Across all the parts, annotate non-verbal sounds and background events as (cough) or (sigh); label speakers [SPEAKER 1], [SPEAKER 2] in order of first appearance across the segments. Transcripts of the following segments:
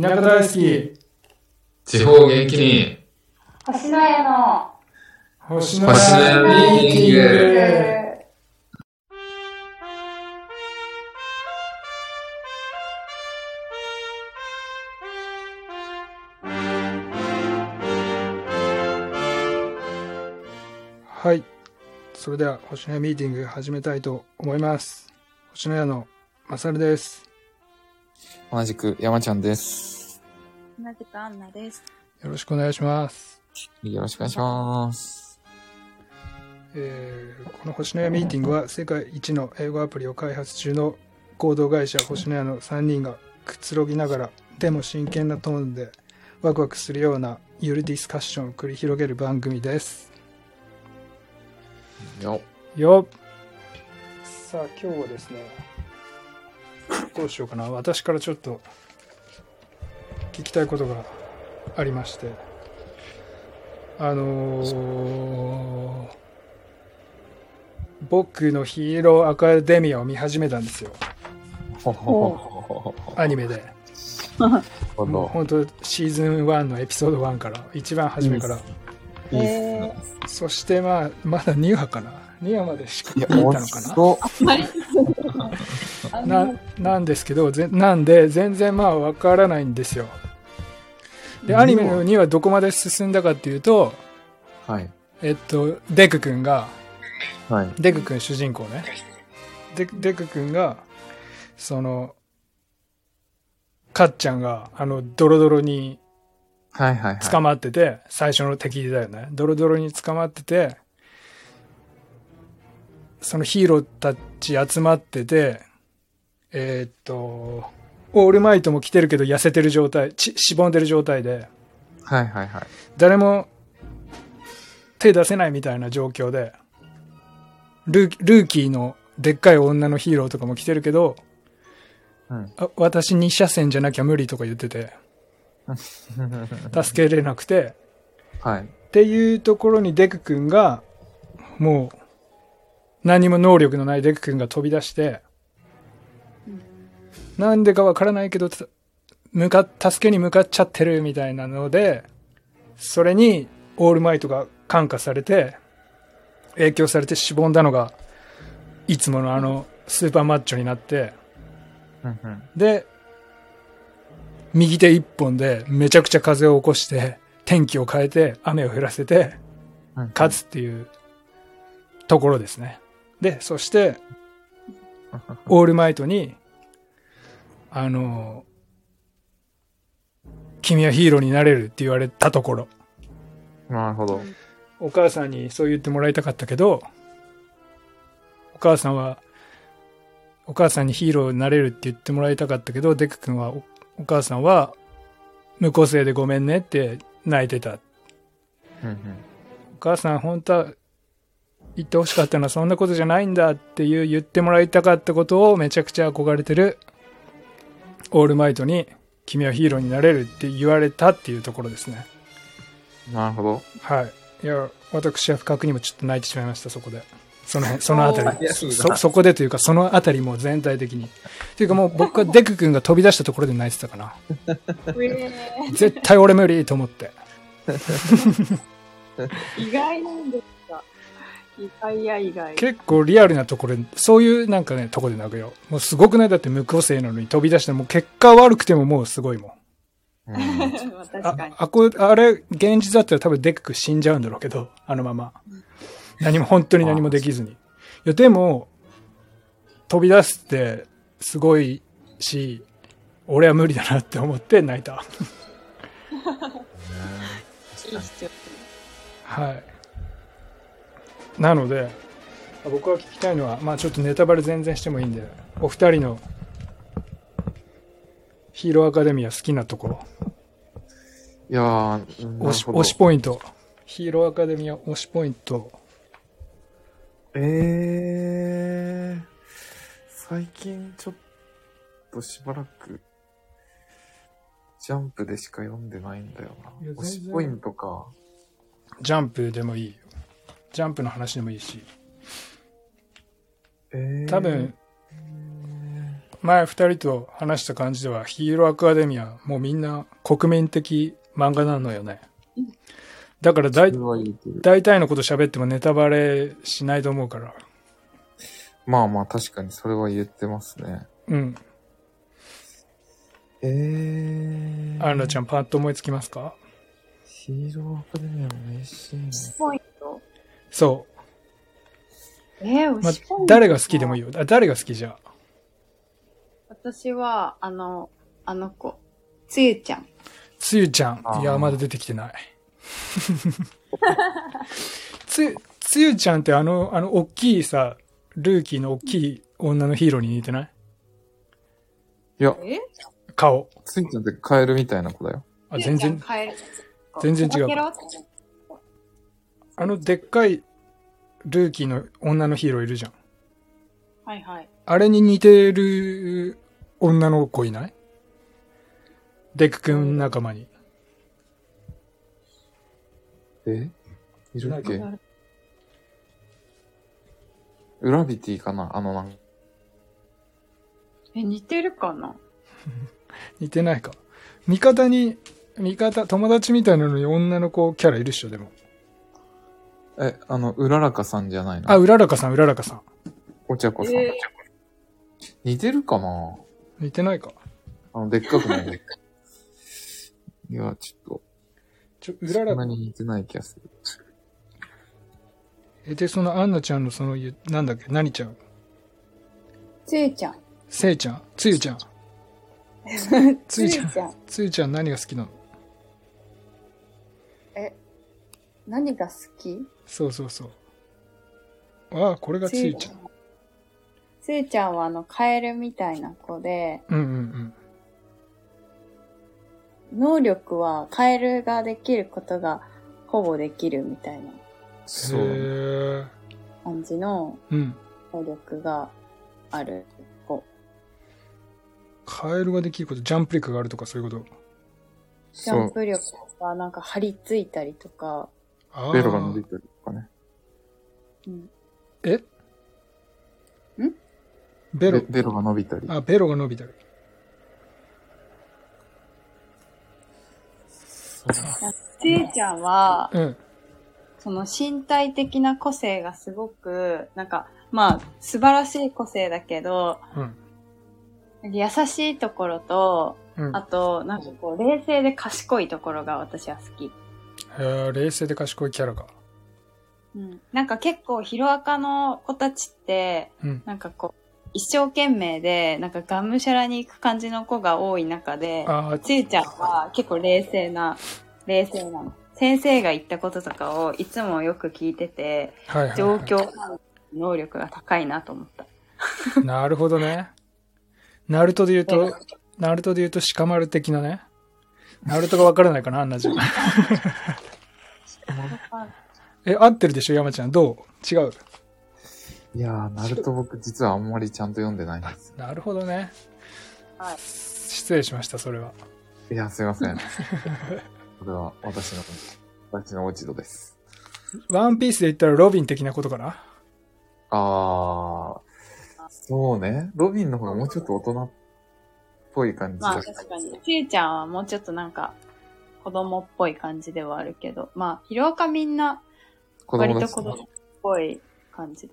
[SPEAKER 1] 田舎大好き、
[SPEAKER 2] 地方元気に、
[SPEAKER 3] 星の家の
[SPEAKER 1] 星
[SPEAKER 2] 野家ミーティング
[SPEAKER 1] はい。それでは、星の家ミーティング始めたいと思います。星の家のまさるです。
[SPEAKER 4] 同じく山ちゃんです。
[SPEAKER 5] 同じくアンナです。
[SPEAKER 1] よろしくお願いします。
[SPEAKER 4] よろしくお願いします。
[SPEAKER 1] えーこの星の家ミーティングは、世界一の英語アプリを開発中の合同会社星の家の3人がくつろぎながら、でも真剣なトーンでワクワクするようなゆるディスカッションを繰り広げる番組です。
[SPEAKER 4] よ
[SPEAKER 1] よっさあ今日はですねどうしようかな私からちょっと聞きたいことがありましてあのー僕のヒーローアカデミアを見始めたんですよ
[SPEAKER 4] ほほほほ
[SPEAKER 1] アニメで
[SPEAKER 4] ほ
[SPEAKER 1] もう
[SPEAKER 4] ほ。
[SPEAKER 1] 本当シーズン1のエピソード1から一番初めから、
[SPEAKER 4] いいっすね。
[SPEAKER 1] そしてまあまだ2話かな2話までしか
[SPEAKER 4] い
[SPEAKER 1] 見
[SPEAKER 4] や
[SPEAKER 1] た、の
[SPEAKER 4] お
[SPEAKER 1] か
[SPEAKER 4] っ
[SPEAKER 1] な
[SPEAKER 4] そ
[SPEAKER 1] ななんですけどぜなんで全然まあわからないんですよでアニメのにはどこまで進んだかっていうと
[SPEAKER 4] はい。
[SPEAKER 1] えっとデク君が
[SPEAKER 4] はい。
[SPEAKER 1] デク君主人公ねデクデク君がそのかっちゃんがあのドロドロに
[SPEAKER 4] はいはい
[SPEAKER 1] 捕
[SPEAKER 4] は
[SPEAKER 1] まってて、最初の敵だよねドロドロに捕まっててそのヒーローたち集まっててえーっとオールマイトも来てるけど痩せてる状態ちしぼんでる状態で
[SPEAKER 4] い。はいはいはい。
[SPEAKER 1] 誰も手出せないみたいな状況でルールーキーのでっかい女のヒーローとかも来てるけど、
[SPEAKER 4] うん
[SPEAKER 1] あ私2車線じゃなきゃ無理とか言って
[SPEAKER 4] (laughs)
[SPEAKER 1] て助けれなくて
[SPEAKER 4] はい。
[SPEAKER 1] っていうところにデク君が、もう、何も能力のないデク君が飛び出して、なんでかわからないけど、つ向か、助けに向かっちゃってるみたいなので、それにオールマイトが感化されて、影響されてしぼんだのが、いつものあの、スーパーマッチョになって、
[SPEAKER 4] うんうん
[SPEAKER 1] で、右手一本でめちゃくちゃ風を起こして、天気を変えて、雨を降らせて、
[SPEAKER 4] うん
[SPEAKER 1] 勝つっていうところですね。で、そして、オールマイトに、あの、君はヒーローになれるって言われたところ。
[SPEAKER 4] なるほど。
[SPEAKER 1] お母さんにそう言ってもらいたかったけど、お母さんは、お母さんにヒーローになれるって言ってもらいたかったけど、デク君はお、お母さんは、無個性でごめんねって泣いてた。
[SPEAKER 4] うんうん
[SPEAKER 1] お母さん本当は言ってほしかったのはそんなことじゃないんだっていう言ってもらいたかったことをめちゃくちゃ憧れてるオールマイトに君はヒーローになれるって言われたっていうところですね。
[SPEAKER 4] なるほど。
[SPEAKER 1] はい。いや、私は不覚にもちょっと泣いてしまいました、そこで。その辺、そのあたり。
[SPEAKER 4] 悔しい
[SPEAKER 1] そ
[SPEAKER 4] な
[SPEAKER 1] そそこでというか、そのあたりも全体的に。というかもう僕はデク君が飛び出したところで泣いてたかな。絶対俺無理と思って。
[SPEAKER 5] 意外なんですが。意外や意外。
[SPEAKER 1] 結構リアルなところで、そういうなんかね、とこで泣くよ。もうすごくないだって無個性なのに飛び出して、もう結果悪くてももうすごいもん。
[SPEAKER 4] うん
[SPEAKER 5] 確
[SPEAKER 1] あ
[SPEAKER 5] かに。
[SPEAKER 1] あこあれ、現実だったら多分デック死んじゃうんだろうけど、あのまま。何も、本当に何もできずに。いや、でも、飛び出すって、すごいし、俺は無理だなって思って泣いた。
[SPEAKER 5] いい必要。
[SPEAKER 1] はい。なので、僕が聞きたいのは、まあちょっとネタバレ全然してもいいんで、お二人のヒーローアカデミア好きなところ、
[SPEAKER 4] いやー、な
[SPEAKER 1] 推
[SPEAKER 4] る
[SPEAKER 1] し
[SPEAKER 4] ほど
[SPEAKER 1] 推しポイント、ヒーローアカデミア推しポイント、
[SPEAKER 4] えー、最近ちょっとしばらく、ジャンプでしか読んでないんだよ
[SPEAKER 1] い
[SPEAKER 4] な
[SPEAKER 1] や。
[SPEAKER 4] 推し
[SPEAKER 1] 全然
[SPEAKER 4] ポイントか。
[SPEAKER 1] ジャンプでもいいよ。ジャンプの話でもいいし。
[SPEAKER 4] えー、
[SPEAKER 1] 多分、前二人と話した感じでは、ヒーローアクアデミア、もうみんな国民的漫画なのよね。だから大
[SPEAKER 4] それは言うてる。
[SPEAKER 1] 大体のこと喋ってもネタバレしないと思うから。
[SPEAKER 4] まあまあ、確かにそれは言ってますね。
[SPEAKER 1] うん。
[SPEAKER 4] えー。
[SPEAKER 1] アンナちゃんパッと思いつきますか
[SPEAKER 4] ヒーローアカデミアの名シーン。
[SPEAKER 5] ポイント。
[SPEAKER 1] そ
[SPEAKER 5] えー、
[SPEAKER 1] う。まあ
[SPEAKER 5] 推しポイント、
[SPEAKER 1] 誰が好きでもいいよ。あ誰が好きじゃあ。
[SPEAKER 5] 私は、あの、あの子。つゆちゃん。
[SPEAKER 1] つゆちゃ
[SPEAKER 4] あ
[SPEAKER 1] ん。
[SPEAKER 4] ー
[SPEAKER 1] いや、まだ出てきてない。つゆ、つゆちゃんってあの、あの、大きいさ、ルーキーの大きい女のヒーローに似てない
[SPEAKER 4] いや、
[SPEAKER 5] え
[SPEAKER 1] 顔。
[SPEAKER 4] ついちゃんってカエルみたいな子だよ。
[SPEAKER 1] あ、全然、
[SPEAKER 5] カエル
[SPEAKER 1] 全然違う
[SPEAKER 5] おまけろ
[SPEAKER 1] あの、でっかいルーキーの女のヒーローいるじゃん。
[SPEAKER 5] はいはい。
[SPEAKER 1] あれに似てる女の子いないデク君仲間に。
[SPEAKER 4] えいるっ
[SPEAKER 1] い
[SPEAKER 4] け
[SPEAKER 5] ない
[SPEAKER 4] ウラビティかなあのなんか。
[SPEAKER 5] え、似てるかな
[SPEAKER 1] 似てないか。味方に、味方、友達みたいなのに女の子キャラいるっしょ、でも。
[SPEAKER 4] え、あの、うららかさんじゃないの
[SPEAKER 1] あ、うららかさん、うららかさん。
[SPEAKER 4] お茶子さん。
[SPEAKER 5] え
[SPEAKER 4] 似てるかな
[SPEAKER 1] 似てないか。
[SPEAKER 4] あの、でっかくない。いや、ちょっ
[SPEAKER 1] ちょ、
[SPEAKER 4] と、
[SPEAKER 1] うらら
[SPEAKER 4] そんな、に似てない気がする。
[SPEAKER 1] え、で、その、アンナちゃんのその、ゆなんだっけ、何ちゃん
[SPEAKER 5] つゆちゃん。
[SPEAKER 1] せいちゃんつゆちゃ (laughs) んつゆちゃん
[SPEAKER 5] つゆちゃん。
[SPEAKER 1] つゆちゃん何が好きなの
[SPEAKER 5] 何が好き
[SPEAKER 1] そうそうそう。ああ、これがつゆちゃん。
[SPEAKER 5] ん。つゆちゃんはあの、カエルみたいな子で、
[SPEAKER 1] うんうんうん。
[SPEAKER 5] 能力はカエルができることがほぼできるみたいな
[SPEAKER 4] そ
[SPEAKER 1] へ
[SPEAKER 4] う。
[SPEAKER 1] ー
[SPEAKER 5] 感じの
[SPEAKER 1] うん。
[SPEAKER 5] 能力がある子。
[SPEAKER 1] カエルができること、ジャンプ力があるとかそういうこと。
[SPEAKER 5] ジ
[SPEAKER 4] そ
[SPEAKER 5] ャン
[SPEAKER 4] う。
[SPEAKER 5] プ力がなんか張り付いたりとか、
[SPEAKER 1] ああ。
[SPEAKER 4] ベロが伸びてるとかね。
[SPEAKER 5] うん、
[SPEAKER 1] え
[SPEAKER 5] ん
[SPEAKER 1] ベロ
[SPEAKER 4] ベ。ベロが伸びたり。
[SPEAKER 1] あ、ベロが伸びてる。
[SPEAKER 4] そう
[SPEAKER 5] つゆちゃんは、
[SPEAKER 1] うん。
[SPEAKER 5] その身体的な個性がすごく、なんか、まあ、素晴らしい個性だけど、
[SPEAKER 1] うん。
[SPEAKER 5] 優しいところと、
[SPEAKER 1] うん。
[SPEAKER 5] あ
[SPEAKER 1] へ
[SPEAKER 5] と、なんかこう、冷静で賢いところが私は好き。
[SPEAKER 1] ー冷静で賢いキャラか。
[SPEAKER 5] うん、なんか結構、ヒロアカの子たちって、
[SPEAKER 1] うん。
[SPEAKER 5] なんかこう、一生懸命で、なんかがむしゃらに行く感じの子が多い中で、
[SPEAKER 1] ああ、
[SPEAKER 5] つゆちゃんは結構冷静な、冷静なの。先生が言ったこととかをいつもよく聞いてて、
[SPEAKER 1] はいはい
[SPEAKER 5] 状
[SPEAKER 1] は
[SPEAKER 5] 況判断の能力が高いなと思った。
[SPEAKER 1] い。なるほどね。ナルトで言うと、ナルトで言うと鹿丸的なね。ナルトがわからないかな、あんなじゃん。え、合ってるでしょ、山ちゃん。どう違う。
[SPEAKER 4] いやー、ナルト僕実はあんまりちゃんと読んでないん
[SPEAKER 5] (laughs)
[SPEAKER 4] です。
[SPEAKER 1] なるほどね。
[SPEAKER 5] はい
[SPEAKER 1] 失礼しました、それは。
[SPEAKER 4] いや、すいま
[SPEAKER 5] (laughs)
[SPEAKER 4] せん。これは私の、私の落ち度です。
[SPEAKER 1] ワンピースで言ったらロビン的なことかな
[SPEAKER 4] あー、そうね。ロビンの方がもうちょっと大人っぽい感じ
[SPEAKER 5] ま
[SPEAKER 4] だ
[SPEAKER 5] あ。確かに。つゆちゃんはもうちょっとなんか、子供っぽい感じではあるけど、まあ、ヒロアカみんな、
[SPEAKER 4] 子
[SPEAKER 5] 割
[SPEAKER 4] 供
[SPEAKER 5] と
[SPEAKER 4] だし
[SPEAKER 5] 子供っぽい感じ。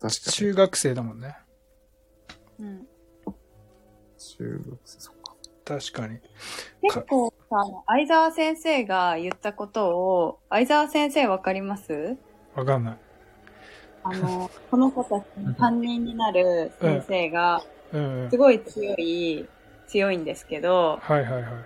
[SPEAKER 4] 確かに。
[SPEAKER 1] 中学生だもんね。
[SPEAKER 5] うん、
[SPEAKER 4] 中学生、そっか。
[SPEAKER 1] 確かに。
[SPEAKER 5] 結構さ、相沢先生が言ったことを、相沢先生わかります
[SPEAKER 1] わかんない。
[SPEAKER 5] あの、
[SPEAKER 1] (laughs)
[SPEAKER 5] この子たちの担任になる先生が、
[SPEAKER 1] うんうん
[SPEAKER 5] す。ごい強い、強いんですけど、
[SPEAKER 1] はいはいはい。
[SPEAKER 5] 先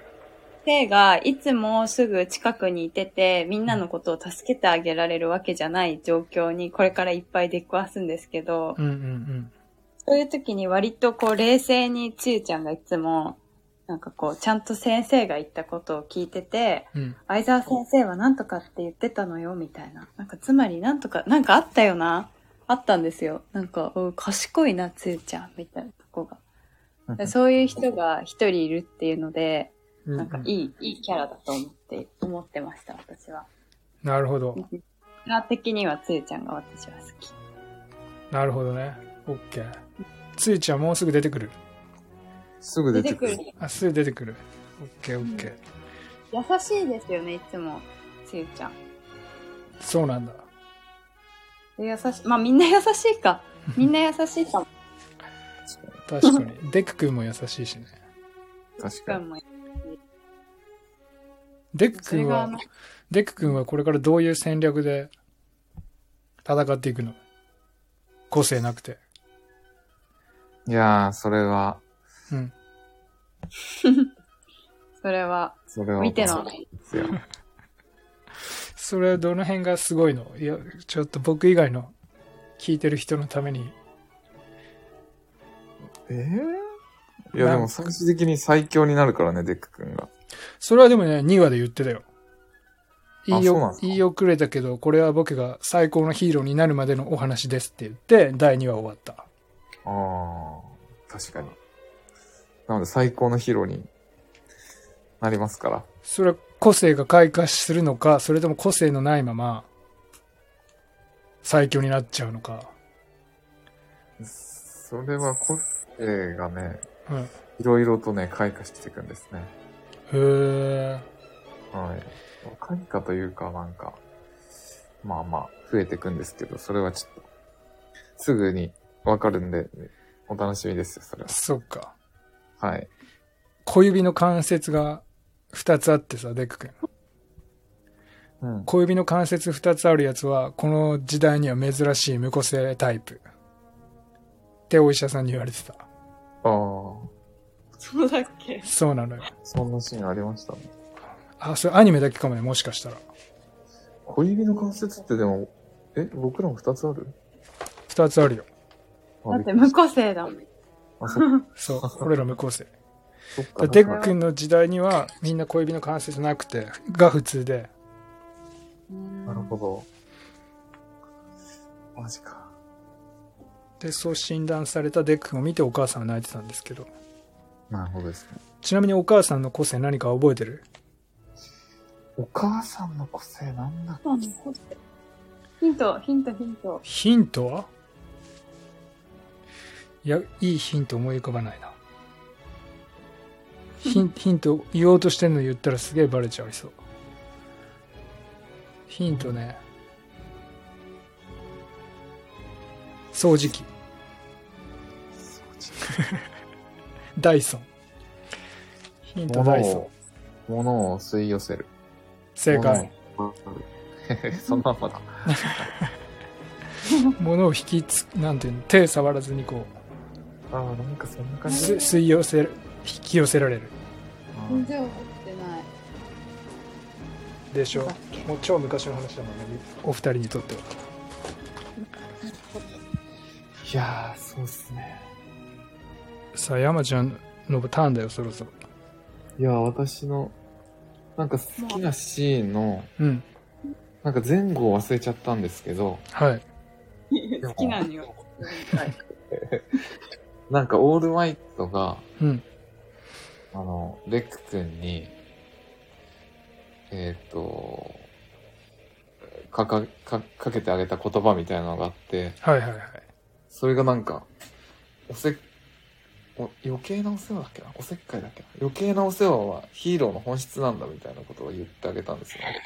[SPEAKER 5] 生がいつもすぐ近くにいてて、みんなのことを助けてあげられるわけじゃない状況にこれからいっぱい出くわすんですけど
[SPEAKER 1] う、んうんうん。
[SPEAKER 5] そういう時に割とこう冷静につゆちゃんがいつも、なんかこう、ちゃんと先生が言ったことを聞いてて、
[SPEAKER 1] うん。
[SPEAKER 5] 相沢先生はなんとかって言ってたのよ、みたいな。なんかつまりなんとか、なんかあったよな。あったんですよ。なんか、うん賢いな、つゆちゃん、みたいなとこが。でそういう人が一人いるっていうので、
[SPEAKER 1] うんう
[SPEAKER 5] なんか
[SPEAKER 1] ん
[SPEAKER 5] いい、いいキャラだと思って、思ってました、私は。
[SPEAKER 1] なるほど。
[SPEAKER 5] キャラ的にはつゆちゃんが私は好き。
[SPEAKER 1] なるほどね。オッケー。ついちゃんもうすぐ出てくる。
[SPEAKER 4] すぐ出
[SPEAKER 5] 出
[SPEAKER 4] て
[SPEAKER 5] て
[SPEAKER 4] くる
[SPEAKER 5] くる。。
[SPEAKER 1] あ、すぐ出てくる。オッケーオッケー。
[SPEAKER 5] 優しいですよね、いつも、つゆちゃん。
[SPEAKER 1] そうなんだ。
[SPEAKER 5] で優しい。まあみんな優しいか。みんな優しいかも。
[SPEAKER 1] 確か
[SPEAKER 5] (laughs)
[SPEAKER 1] に。デク君も優しいしね。
[SPEAKER 4] 確か
[SPEAKER 5] か
[SPEAKER 4] に。
[SPEAKER 5] も
[SPEAKER 1] デク
[SPEAKER 5] それ
[SPEAKER 1] 君
[SPEAKER 5] があ
[SPEAKER 1] は
[SPEAKER 5] の、、
[SPEAKER 1] デク君はこれからどういう戦略で戦っていくの個性なくて。
[SPEAKER 4] いやー、それは、
[SPEAKER 1] うん。
[SPEAKER 5] それは、
[SPEAKER 4] それは。
[SPEAKER 5] 見ての。
[SPEAKER 4] ですよ。
[SPEAKER 1] それどの辺がすごいのいや、ちょっと僕以外の聞いてる人のために。
[SPEAKER 4] (laughs) えーいや、でも最終的に最強になるからね、デック君が。
[SPEAKER 1] それはでもね、2話で言ってたよ。言い
[SPEAKER 4] そうなん
[SPEAKER 1] よ
[SPEAKER 4] ですか
[SPEAKER 1] 言い遅れたけど、これは僕が最高のヒーローになるまでのお話ですって言って、第2話終わった。
[SPEAKER 4] ああ、確かに。なので最高のヒーローになりますから。
[SPEAKER 1] それは個性が開花するのか、それとも個性のないまま、最強になっちゃうのか。
[SPEAKER 4] それは個性がね、
[SPEAKER 1] うん。へ
[SPEAKER 4] いろいろとね、開花していくんですね。
[SPEAKER 1] え。
[SPEAKER 4] はい。開花というか、なんか、まあまあ、増えていくんですけど、それはちょっと、すぐにわかるんで、お楽しみですよ、それは。
[SPEAKER 1] そっか。
[SPEAKER 4] はい。
[SPEAKER 1] 小指の関節が2つあってさ、デック君。
[SPEAKER 4] うん。
[SPEAKER 1] 小指の関節2つあるやつは、この時代には珍しい無個性タイプ。ってお医者さんに言われてた。
[SPEAKER 4] ああ、
[SPEAKER 5] そうだっけ
[SPEAKER 1] そうなのよ。
[SPEAKER 4] そんなシーンありましたね。
[SPEAKER 1] あ、それアニメだけかもね、もしかしたら。
[SPEAKER 4] 小指の関節ってでも、え、僕らも2つある
[SPEAKER 1] 2つあるよ。
[SPEAKER 4] あ
[SPEAKER 5] だって無個性だもん。
[SPEAKER 4] あ、そっ
[SPEAKER 1] そう。俺ら無個性。
[SPEAKER 4] そっ
[SPEAKER 1] だから
[SPEAKER 4] か。
[SPEAKER 1] デック君の時代には、みんな小指の関節なくて、が普通で。
[SPEAKER 4] なるほど。マジか。
[SPEAKER 1] で、そう診断されたデック君を見てお母さんは泣いてたんですけど。
[SPEAKER 4] なるほどですね。
[SPEAKER 1] ちなみにお母さんの個性何か覚えてる
[SPEAKER 4] お母さんの個性なんだ
[SPEAKER 5] そう無個性ヒント、ヒント、ヒント。
[SPEAKER 1] ヒントはいや、いいヒント思い浮かばないな。ヒ (laughs) ンヒント言おうとしてんの言ったらすげえバレちゃいそう。ヒントね。掃除機。ダイソン。ヒントダイソン。
[SPEAKER 4] 物を吸い寄せる。
[SPEAKER 1] 正解。
[SPEAKER 4] 物を吸い寄せる。 (laughs) そのまんまだ。
[SPEAKER 1] 物を引きつ、なんていうの、手触らずにこ
[SPEAKER 4] ああ、なんかそんな
[SPEAKER 1] う、
[SPEAKER 4] 感
[SPEAKER 1] す
[SPEAKER 4] じ。
[SPEAKER 1] 吸い寄せる、引き寄せられる。
[SPEAKER 5] 全然覚えてない。
[SPEAKER 1] でしょ
[SPEAKER 5] なんだっ
[SPEAKER 1] もう超昔の話だもんねお二人にとってはい
[SPEAKER 4] やー、そうっすね。
[SPEAKER 1] さあ山ちゃんのターンだよそろそろ
[SPEAKER 4] いやー、私の、なんか好きなシーンの、
[SPEAKER 1] うん
[SPEAKER 4] なんか前後を忘れちゃったんですけど、
[SPEAKER 1] はい
[SPEAKER 4] も
[SPEAKER 5] 好きなのよ。
[SPEAKER 4] なんかオールマイトが、
[SPEAKER 1] うん
[SPEAKER 4] あの、レック君に、えっ、と、かか、か、かけてあげた言葉みたいなのがあって、
[SPEAKER 1] はいはいはい
[SPEAKER 4] それがなんか、おせ、お余計なお世話だっけなおせっかいだっけな余計なお世話はヒーローの本質なんだみたいなことを言ってあげたんですよね。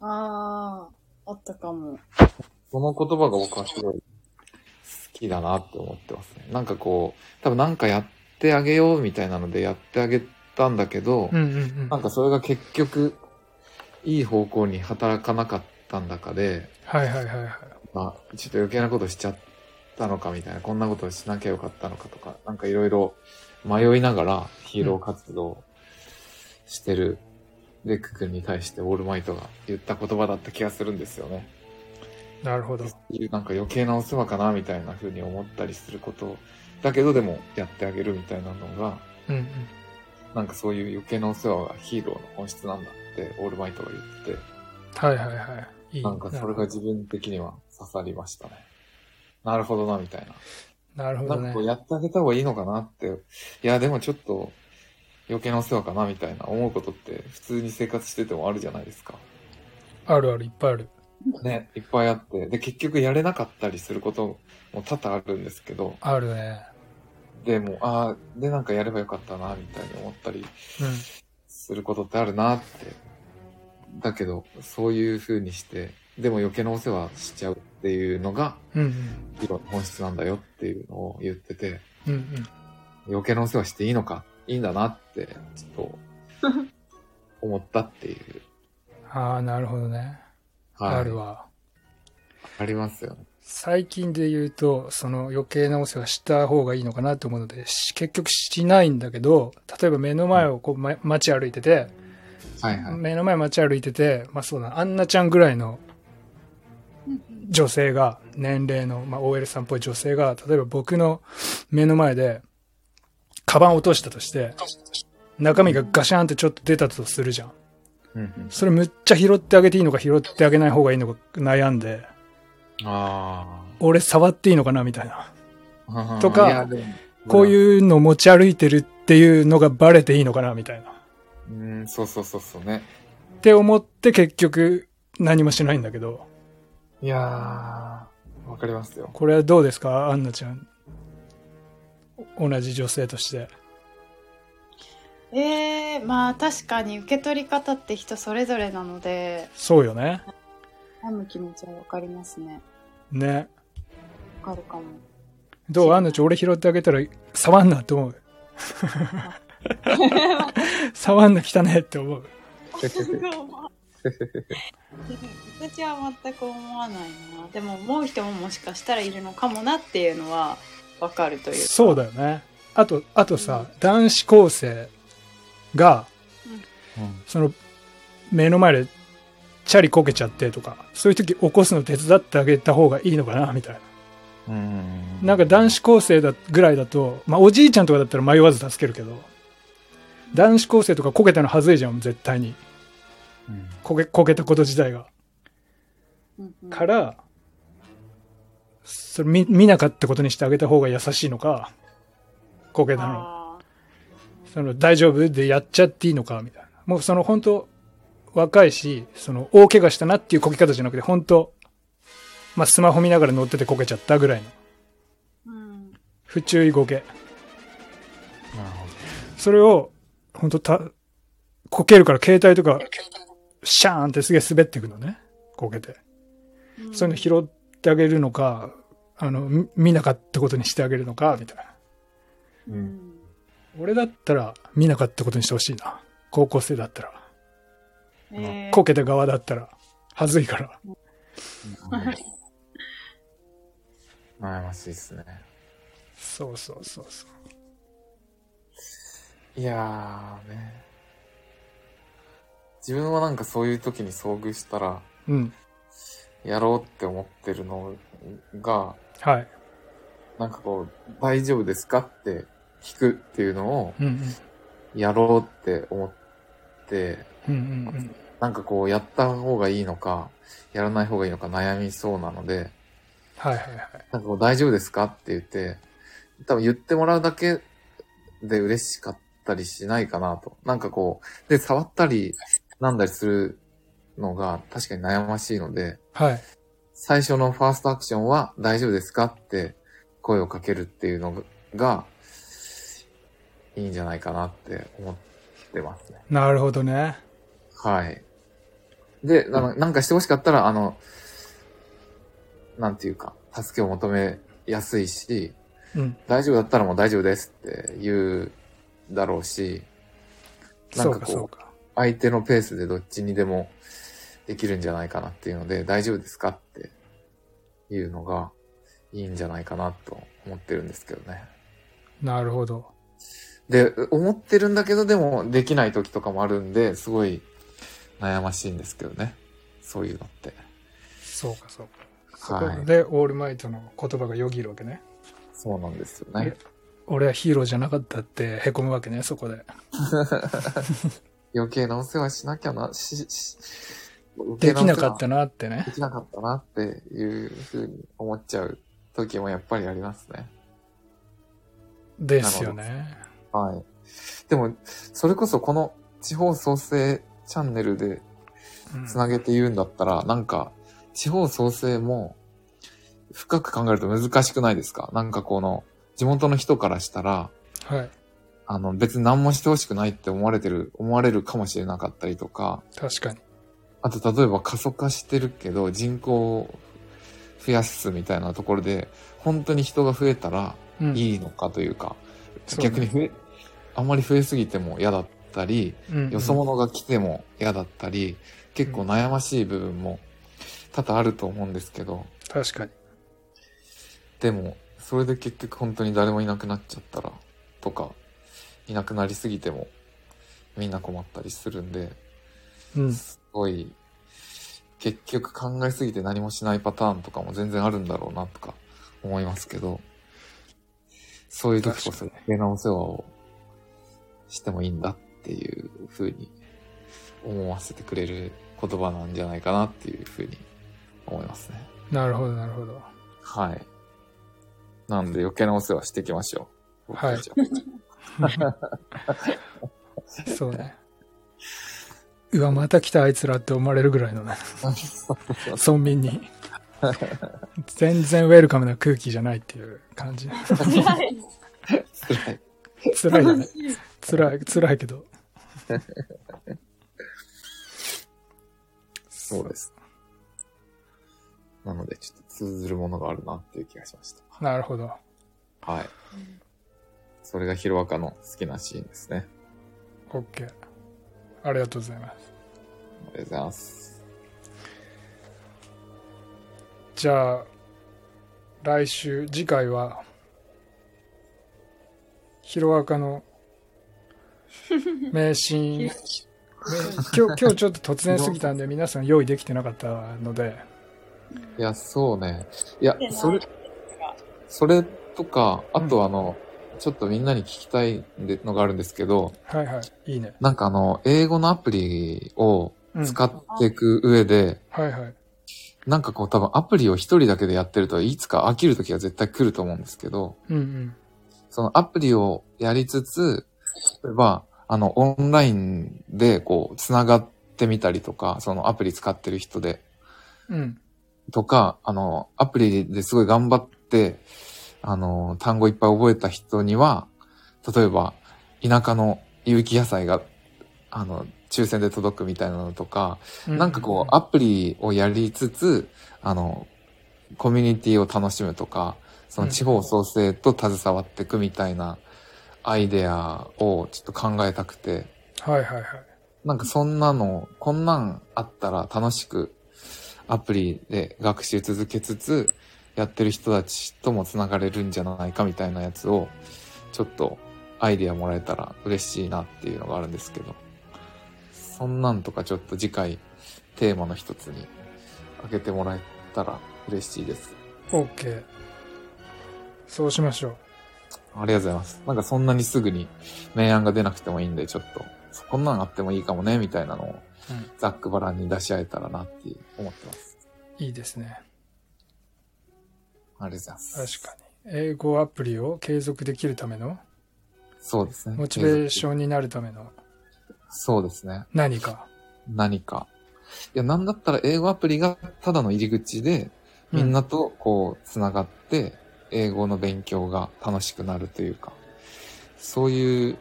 [SPEAKER 5] ああ、あったかも。
[SPEAKER 4] その言葉が僕はすごい好きだなって思ってますね。なんかこう、多分なんかやってあげようみたいなのでやってあげたんだけど、
[SPEAKER 1] うんうんう
[SPEAKER 4] なん
[SPEAKER 1] ん
[SPEAKER 4] かそれが結局、いい方向に働かなかったんだかで、
[SPEAKER 1] はいはいはいはい
[SPEAKER 4] まあ、ちょっと余計なことしちゃったのかみたいな、こんなことしなきゃよかったのかとか、なんかいろいろ迷いながらヒーロー活動してるレック君に対してオールマイトが言った言葉だった気がするんですよね。
[SPEAKER 1] なるほど
[SPEAKER 4] いうなんか余計なお世話かなみたいな風に思ったりすることだけどでもやってあげるみたいなのが、
[SPEAKER 1] うんうん
[SPEAKER 4] なんかそういう余計なお世話がヒーローの本質なんだってオールマイトが言ってて、
[SPEAKER 1] はいはいはいいい
[SPEAKER 4] なんかそれが自分的には刺さりましたね。なるほどな、みたい
[SPEAKER 1] なるほ
[SPEAKER 4] な。
[SPEAKER 1] ど
[SPEAKER 4] なんか
[SPEAKER 1] ね
[SPEAKER 4] こうやってあげた方がいいのかなって。いや、でもちょっと余計なお世話かな、みたいな思うことって普通に生活しててもあるじゃないですか。
[SPEAKER 1] あるあるいっぱいある
[SPEAKER 4] ね、いっぱいあって。で、結局やれなかったりすることも多々あるんですけど、
[SPEAKER 1] あるね
[SPEAKER 4] でも、ああ、でなんかやればよかったな、みたいに思ったりすることってあるなって。だけど、そういう風にして、でも余計なお世話しちゃうっていうのが、
[SPEAKER 1] うんうん
[SPEAKER 4] 議論の本質なんだよっていうのを言ってて、
[SPEAKER 1] うんうん
[SPEAKER 4] 余計なお世話していいのか、いいんだなって、ちょっと、思ったっていう。
[SPEAKER 1] ああなるほどね、
[SPEAKER 4] はい。
[SPEAKER 1] あるわ
[SPEAKER 4] ありますよね。
[SPEAKER 1] 最近で言うとその余計なお世話した方がいいのかなと思うのでし結局しないんだけど例えば目の前をこう、ま、街歩いてて、
[SPEAKER 4] はいはい。
[SPEAKER 1] 目の前街歩いててまあそうだなアンナちゃんぐらいの女性が年齢の、まあ、OL さんっぽい女性が例えば僕の目の前でカバンを落としたとして中身がガシャンってちょっと出たとするじゃん
[SPEAKER 4] うんうん、
[SPEAKER 1] それむっちゃ拾ってあげていいのか拾ってあげない方がいいのか悩んで
[SPEAKER 4] あ
[SPEAKER 1] 俺触っていいのかなみたいな
[SPEAKER 4] あ。
[SPEAKER 1] とか
[SPEAKER 4] いやでも
[SPEAKER 1] こういうの持ち歩いてるっていうのがバレていいのかなみたいな
[SPEAKER 4] うん、そうそうそうそうね。
[SPEAKER 1] って思って結局何もしないんだけど
[SPEAKER 4] いやー、わかりますよ。
[SPEAKER 1] これはどうですかアンナちゃん同じ女性として
[SPEAKER 5] えー、まあ確かに受け取り方って人それぞれなので
[SPEAKER 1] そうよね
[SPEAKER 5] 悩む気持ちは分かりますね
[SPEAKER 1] ね
[SPEAKER 5] 分か
[SPEAKER 4] (laughs)
[SPEAKER 5] るかも
[SPEAKER 1] どうアンナちゃん俺拾ってあげたら触んなって思う触んな汚ねって思う
[SPEAKER 5] 私は全く思わないなでも思う人ももしかしたらいるのかもなっていうのは分かるというか
[SPEAKER 1] そうだよねあとあとさ、男子高生が
[SPEAKER 4] うん
[SPEAKER 1] その目の前でチャリこけちゃってとかそういう時起こすの手伝ってあげた方がいいのかなみたいな
[SPEAKER 4] うん
[SPEAKER 1] なんか男子高生だぐらいだと、まあ、おじいちゃんとかだったら迷わず助けるけど男子高生とかこけたのはずいじゃん絶対に
[SPEAKER 4] うん
[SPEAKER 1] こけこけたこと自体が
[SPEAKER 5] うんうん
[SPEAKER 1] からそれ見見なかったことにしてあげた方が優しいのかこけたの
[SPEAKER 5] あ
[SPEAKER 1] その大丈夫でやっちゃっていいのかみたいなもうその本当若いしその大怪我したなっていうこけ方じゃなくて本当まあスマホ見ながら乗っててこけちゃったぐらいの
[SPEAKER 5] ーうん
[SPEAKER 1] 不注意こけ
[SPEAKER 4] なるほ
[SPEAKER 1] それを、本当た、こけるから携帯とか、シャーンってすげえ滑っていくのね。こけて。
[SPEAKER 5] うん
[SPEAKER 1] そういうの拾ってあげるのか、あの、み見なかったことにしてあげるのか、みたいな。
[SPEAKER 4] ど。う。
[SPEAKER 5] うんん
[SPEAKER 1] 俺だったら、見なかったことにしてほしいな。高校生だったら。
[SPEAKER 5] えー
[SPEAKER 1] こけた側だったら。はずいから。
[SPEAKER 4] 悩ましいですね。
[SPEAKER 1] そうそうそうそう。
[SPEAKER 4] いやーね。自分はなんかそういう時に遭遇したら、
[SPEAKER 1] うん。
[SPEAKER 4] やろうって思ってるのが、
[SPEAKER 1] はい。
[SPEAKER 4] なんかこう、大丈夫ですかって聞くっていうのを、
[SPEAKER 1] うん
[SPEAKER 4] やろうって思って、
[SPEAKER 1] うん。うんうんうん。
[SPEAKER 4] なんかこう、やった方がいいのか、やらない方がいいのか悩みそうなので、
[SPEAKER 1] はいはいはい。
[SPEAKER 4] なんかこう、大丈夫ですかって言って、多分言ってもらうだけで嬉しかったりしないかなと。なんかこう、で、触ったり、なんだりするのが確かに悩ましいので、
[SPEAKER 1] はい。
[SPEAKER 4] 最初のファーストアクションは大丈夫ですかって声をかけるっていうのが、いいんじゃないかなって思ってますね。
[SPEAKER 1] なるほどね。
[SPEAKER 4] はい。で、あのなんかして欲しかったら、あの、なんていうか、助けを求めやすいし、
[SPEAKER 1] うん。
[SPEAKER 4] 大丈夫だったらもう大丈夫ですって言うだろうし、な
[SPEAKER 1] そ
[SPEAKER 4] ん
[SPEAKER 1] うか
[SPEAKER 4] かこう
[SPEAKER 1] そうか。
[SPEAKER 4] 相手のペースでどっちにでもできるんじゃないかなっていうので、大丈夫ですかっていうのがいいんじゃないかなと思ってるんですけどね。
[SPEAKER 1] なるほど。
[SPEAKER 4] で、思ってるんだけど、でもできない時とかもあるんで、すごい悩ましいんですけどね。そういうのって。
[SPEAKER 1] そうかそうか。そ
[SPEAKER 4] はい
[SPEAKER 1] こで、オールマイトの言葉がよぎるわけね。
[SPEAKER 4] そうなんですよね。
[SPEAKER 1] 俺はヒーローじゃなかったってへこむわけねそこで
[SPEAKER 4] 余計なお世話しなきゃな、し、し、余計
[SPEAKER 1] できなかった
[SPEAKER 4] な
[SPEAKER 1] なって
[SPEAKER 4] お世話。
[SPEAKER 1] ね
[SPEAKER 4] できなかったなっていうふうに思っちゃう時もやっぱりありますね。
[SPEAKER 1] ですよね
[SPEAKER 4] はい。でも、それこそこの地方創生チャンネルで
[SPEAKER 1] うん
[SPEAKER 4] つなげて言うんだったら、なんか、地方創生も深く考えると難しくないですかなんかこの、地元の人からしたら、
[SPEAKER 1] はい。
[SPEAKER 4] あの、別に何もしてほしくないって思われてる、思われるかもしれなかったりとか、
[SPEAKER 1] 確かに。
[SPEAKER 4] あと例えば過疎化してるけど人口を増やすみたいなところで、本当に人が増えたら
[SPEAKER 1] うん。
[SPEAKER 4] いいのかというか、
[SPEAKER 1] そうね
[SPEAKER 4] 逆に増え、あんまり増えすぎても嫌だったり、
[SPEAKER 1] うん
[SPEAKER 4] よそ者が来ても嫌だったり、結構悩ましい部分も多々あると思うんですけど、
[SPEAKER 1] 確かに。
[SPEAKER 4] でも、それで結局本当に誰もいなくなっちゃったら、とか、いなくなりすぎても、みんな困ったりするんで、
[SPEAKER 1] うん。
[SPEAKER 4] すごい、結局考えすぎて何もしないパターンとかも全然あるんだろうなとか思いますけど、そういう時こそ
[SPEAKER 1] 確
[SPEAKER 4] 余計なお世話をしてもいいんだっていう風に思わせてくれる言葉なんじゃないかなっていう風に思いますね。
[SPEAKER 1] なるほど、なるほど。
[SPEAKER 4] はい。なんで余計なお世話していきましょう。
[SPEAKER 1] はい
[SPEAKER 4] 僕たちは
[SPEAKER 1] そうね。 (laughs) うわ、また来たあいつらって思われるぐらいの
[SPEAKER 4] (laughs)
[SPEAKER 1] ね、村民に。全然ウェルカムな空気じゃないっていう感じ。
[SPEAKER 4] 辛い。
[SPEAKER 1] 辛いよね。辛い、辛いけど。
[SPEAKER 4] そうです。なので、ちょっと通ずるものがあるなっていう気がしました。
[SPEAKER 1] なるほど。
[SPEAKER 4] はい。それがヒロアカの好きなシーンですね。
[SPEAKER 1] OK。ありがとうございます。
[SPEAKER 4] ありがとうございます。
[SPEAKER 1] じゃあ、来週、次回は、ヒロアカの名シーン。め今日、今日ちょっと突然すぎたんで、皆さん用意できてなかったので、
[SPEAKER 4] いや、そうね。いや
[SPEAKER 5] で、も
[SPEAKER 4] それ、それとか、あとあの、ちょっとみんなに聞きたいのがあるんですけど、
[SPEAKER 1] はいはい、いいね。
[SPEAKER 4] なんかあの、英語のアプリを
[SPEAKER 1] うん、
[SPEAKER 4] 使っていく上で、
[SPEAKER 1] はいはい。
[SPEAKER 4] なんかこう多分アプリを一人だけでやってるといつか飽きる時が絶対来ると思うんですけど、
[SPEAKER 1] うんうん。
[SPEAKER 4] そのアプリをやりつつ、例えば、あの、オンラインでこう、つながってみたりとか、そのアプリ使ってる人で、
[SPEAKER 1] うん。
[SPEAKER 4] とか、あの、アプリですごい頑張って、あの、単語いっぱい覚えた人には、例えば、田舎の有機野菜が、あの、抽選で届くみたいなのとか、なんかこう、
[SPEAKER 1] あ
[SPEAKER 4] アプリをやりつつ、あの、コミュニティを楽しむとか、その地方創生と携わっていくみたいなアイデアをちょっと考えたくて、
[SPEAKER 1] はいはいはい。
[SPEAKER 4] なんかそんなの、こんなんあったら楽しくアプリで学習続けつつ、やってる人たちともつながれるんじゃないかみたいなやつを、ちょっとアイデアもらえたら嬉しいなっていうのがあるんですけど、そんなんとかちょっと次回テーマの一つに挙げてもらえたら嬉しいです。
[SPEAKER 1] OK。そうしましょう。
[SPEAKER 4] ありがとうございます。なんかそんなにすぐに明暗が出なくてもいいんで、ちょっと、こんなんあってもいいかもね、みたいなのを
[SPEAKER 1] うん、
[SPEAKER 4] ざっくばらんに出し合えたらなっていう思ってます。
[SPEAKER 1] いいですね。
[SPEAKER 4] ありがとうございます。
[SPEAKER 1] 確かに。英語アプリを継続できるための、
[SPEAKER 4] そうですね。
[SPEAKER 1] モチベーシ
[SPEAKER 4] ン。
[SPEAKER 1] ョンになるための
[SPEAKER 4] そうですね。
[SPEAKER 1] 何か。
[SPEAKER 4] 何か。いや、なんだったら英語アプリがただの入り口で、みんなとこう、つながって、英語の勉強が楽しくなるというか、そういう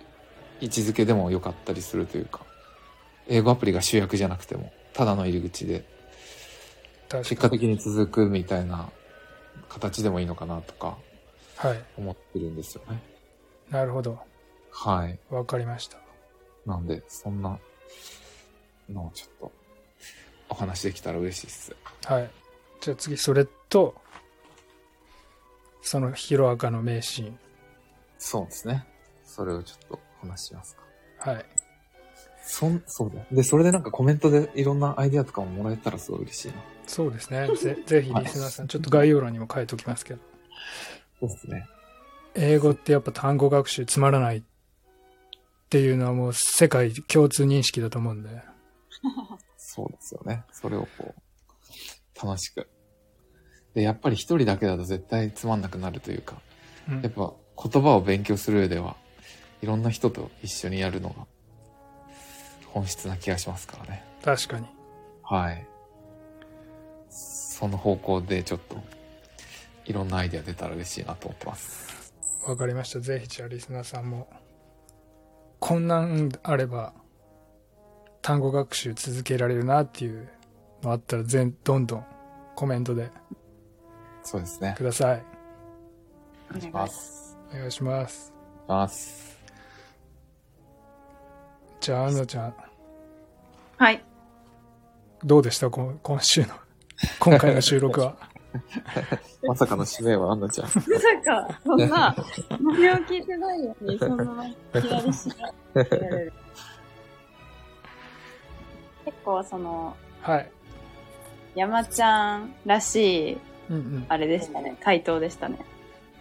[SPEAKER 4] 位置づけでも良かったりするというか、英語アプリが主役じゃなくても、ただの入り口で、
[SPEAKER 1] 確
[SPEAKER 4] 結
[SPEAKER 1] か
[SPEAKER 4] 果
[SPEAKER 1] に。
[SPEAKER 4] 的に続くみたいな形でもいいのかなとか
[SPEAKER 1] はい。
[SPEAKER 4] 思ってるんですよね。
[SPEAKER 1] なるほど。
[SPEAKER 4] はい。
[SPEAKER 1] わかりました。
[SPEAKER 4] なんで、そんなのをちょっとお話できたら嬉しいっす。
[SPEAKER 1] はい。じゃあ次、それと、そのヒロアカの名シーン。
[SPEAKER 4] そうですね。それをちょっと話しますか。
[SPEAKER 1] はい。
[SPEAKER 4] そん、そうだよ。で、それでなんかコメントでいろんなアイデアとかももらえたらすごい嬉しいな。
[SPEAKER 1] そうですね。ぜ (laughs) ぜひ、
[SPEAKER 4] はい
[SPEAKER 1] リスナーさん、ちょっと概要欄にも書いておきますけど。
[SPEAKER 4] そうですね。
[SPEAKER 1] 英語ってやっぱ単語学習つまらないっていうのはもう世界共通認識だと思うんで。
[SPEAKER 4] そうですよね。それをこう、楽しく。で、やっぱり一人だけだと絶対つまんなくなるというか、
[SPEAKER 1] うん
[SPEAKER 4] やっぱ言葉を勉強する上では、いろんな人と一緒にやるのが本質な気がしますからね。
[SPEAKER 1] 確かに。
[SPEAKER 4] はい。その方向でちょっと、いろんなアイデア出たら嬉しいなと思ってます。
[SPEAKER 1] わかりました。ぜひ、じゃあ、リスナーさんも、こんなんあれば、単語学習続けられるなっていうのあったら、全、どんどんコメントで
[SPEAKER 4] そうですね。
[SPEAKER 1] ください。
[SPEAKER 5] お願いし
[SPEAKER 4] ま。
[SPEAKER 5] ます
[SPEAKER 1] お願いします。
[SPEAKER 4] ます。
[SPEAKER 1] じゃあ、アンナちゃん、
[SPEAKER 5] はい。
[SPEAKER 1] どうでしたこん今週 (laughs) の、今回の収録は。
[SPEAKER 4] まさかの使命はアンナち (laughs) ゃん。
[SPEAKER 5] まさか、そんな、何を聞いてないのに、そんな、気軽にしないって言われる。結構、その、
[SPEAKER 1] (laughs) はい。
[SPEAKER 5] 山ちゃんらしい、
[SPEAKER 1] うんうん。
[SPEAKER 5] あれでしたね。回答でしたね。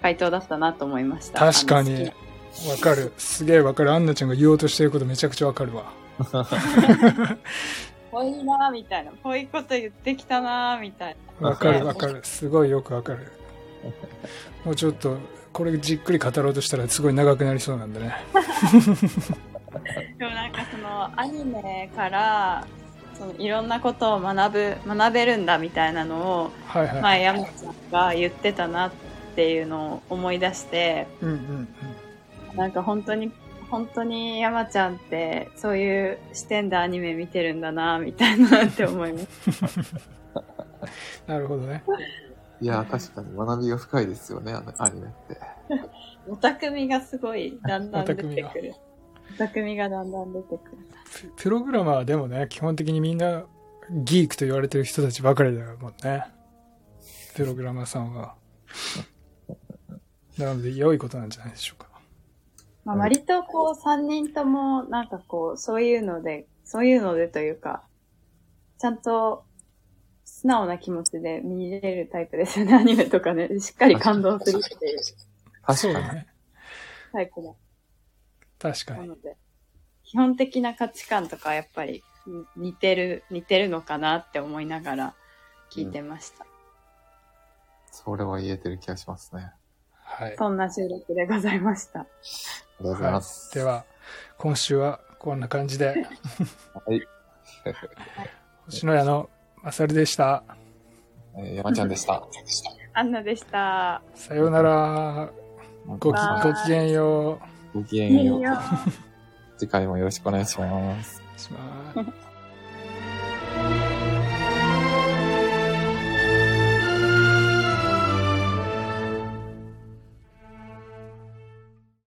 [SPEAKER 5] 回答だったなと思いました。
[SPEAKER 1] 確か
[SPEAKER 5] あの
[SPEAKER 1] に
[SPEAKER 5] 好、
[SPEAKER 1] わかる。すげえわかる。アンナちゃんが言おうとしてることめちゃくちゃわかるわ。
[SPEAKER 5] きぽいなみたいな。ぽいこと言ってきたなみたいな。
[SPEAKER 1] わかるわかる。すごいよくわかる。もうちょっと、これじっくり語ろうとしたらすごい長くなりそうなんでね。
[SPEAKER 5] でもなんかその、アニメから、そのいろんなことを学ぶ、学べるんだみたいなのを、
[SPEAKER 1] はいはい。
[SPEAKER 5] 前山ちゃんが言ってたなっていうのを思い出して、
[SPEAKER 1] うんうんうん。
[SPEAKER 5] なんか本当に、本当に山ちゃんってそういう視点でアニメ見てるんだなみたいなって思います。
[SPEAKER 1] なるほどね。
[SPEAKER 4] いや、確かに学びが深いですよね、あのアニメって。
[SPEAKER 5] オタクみがすごいだんだん出てくる。オタクみがだんだん出てくる。
[SPEAKER 1] ププログラマーでもね、基本的にみんなギークと言われてる人たちばかりだもんね。プログラマーさんは。なので、良いことなんじゃないでしょうか。
[SPEAKER 5] まあ、
[SPEAKER 4] うん
[SPEAKER 5] 割とこう3人ともなんかこうそういうので、そういうのでというか、ちゃんと素直な気持ちで見れるタイプですよね、アニメとかね。しっかり感動するっていう
[SPEAKER 1] そう
[SPEAKER 4] 確か
[SPEAKER 1] だ
[SPEAKER 4] に。
[SPEAKER 1] ね。
[SPEAKER 5] タイプも
[SPEAKER 1] 確か
[SPEAKER 5] な
[SPEAKER 1] に。
[SPEAKER 5] ので、基本的な価値観とかやっぱりに似てる、似てるのかなって思いながら聞いてました。
[SPEAKER 4] それは言えてる気がしますね。
[SPEAKER 1] はい。
[SPEAKER 5] そんな収録でございました。
[SPEAKER 4] ありがとうございます。
[SPEAKER 1] では、今週はこんな感じで、
[SPEAKER 4] はい。
[SPEAKER 1] 星野屋のまさるでした。
[SPEAKER 4] えー山ちゃんでした。
[SPEAKER 5] アンナでした。
[SPEAKER 1] さようなら。ごき
[SPEAKER 5] バイ
[SPEAKER 1] ごきげんよう。
[SPEAKER 4] ごきげ
[SPEAKER 5] い
[SPEAKER 4] ん
[SPEAKER 5] い
[SPEAKER 4] よう
[SPEAKER 5] よ。
[SPEAKER 4] 次回もよろしくお願いします。
[SPEAKER 1] します。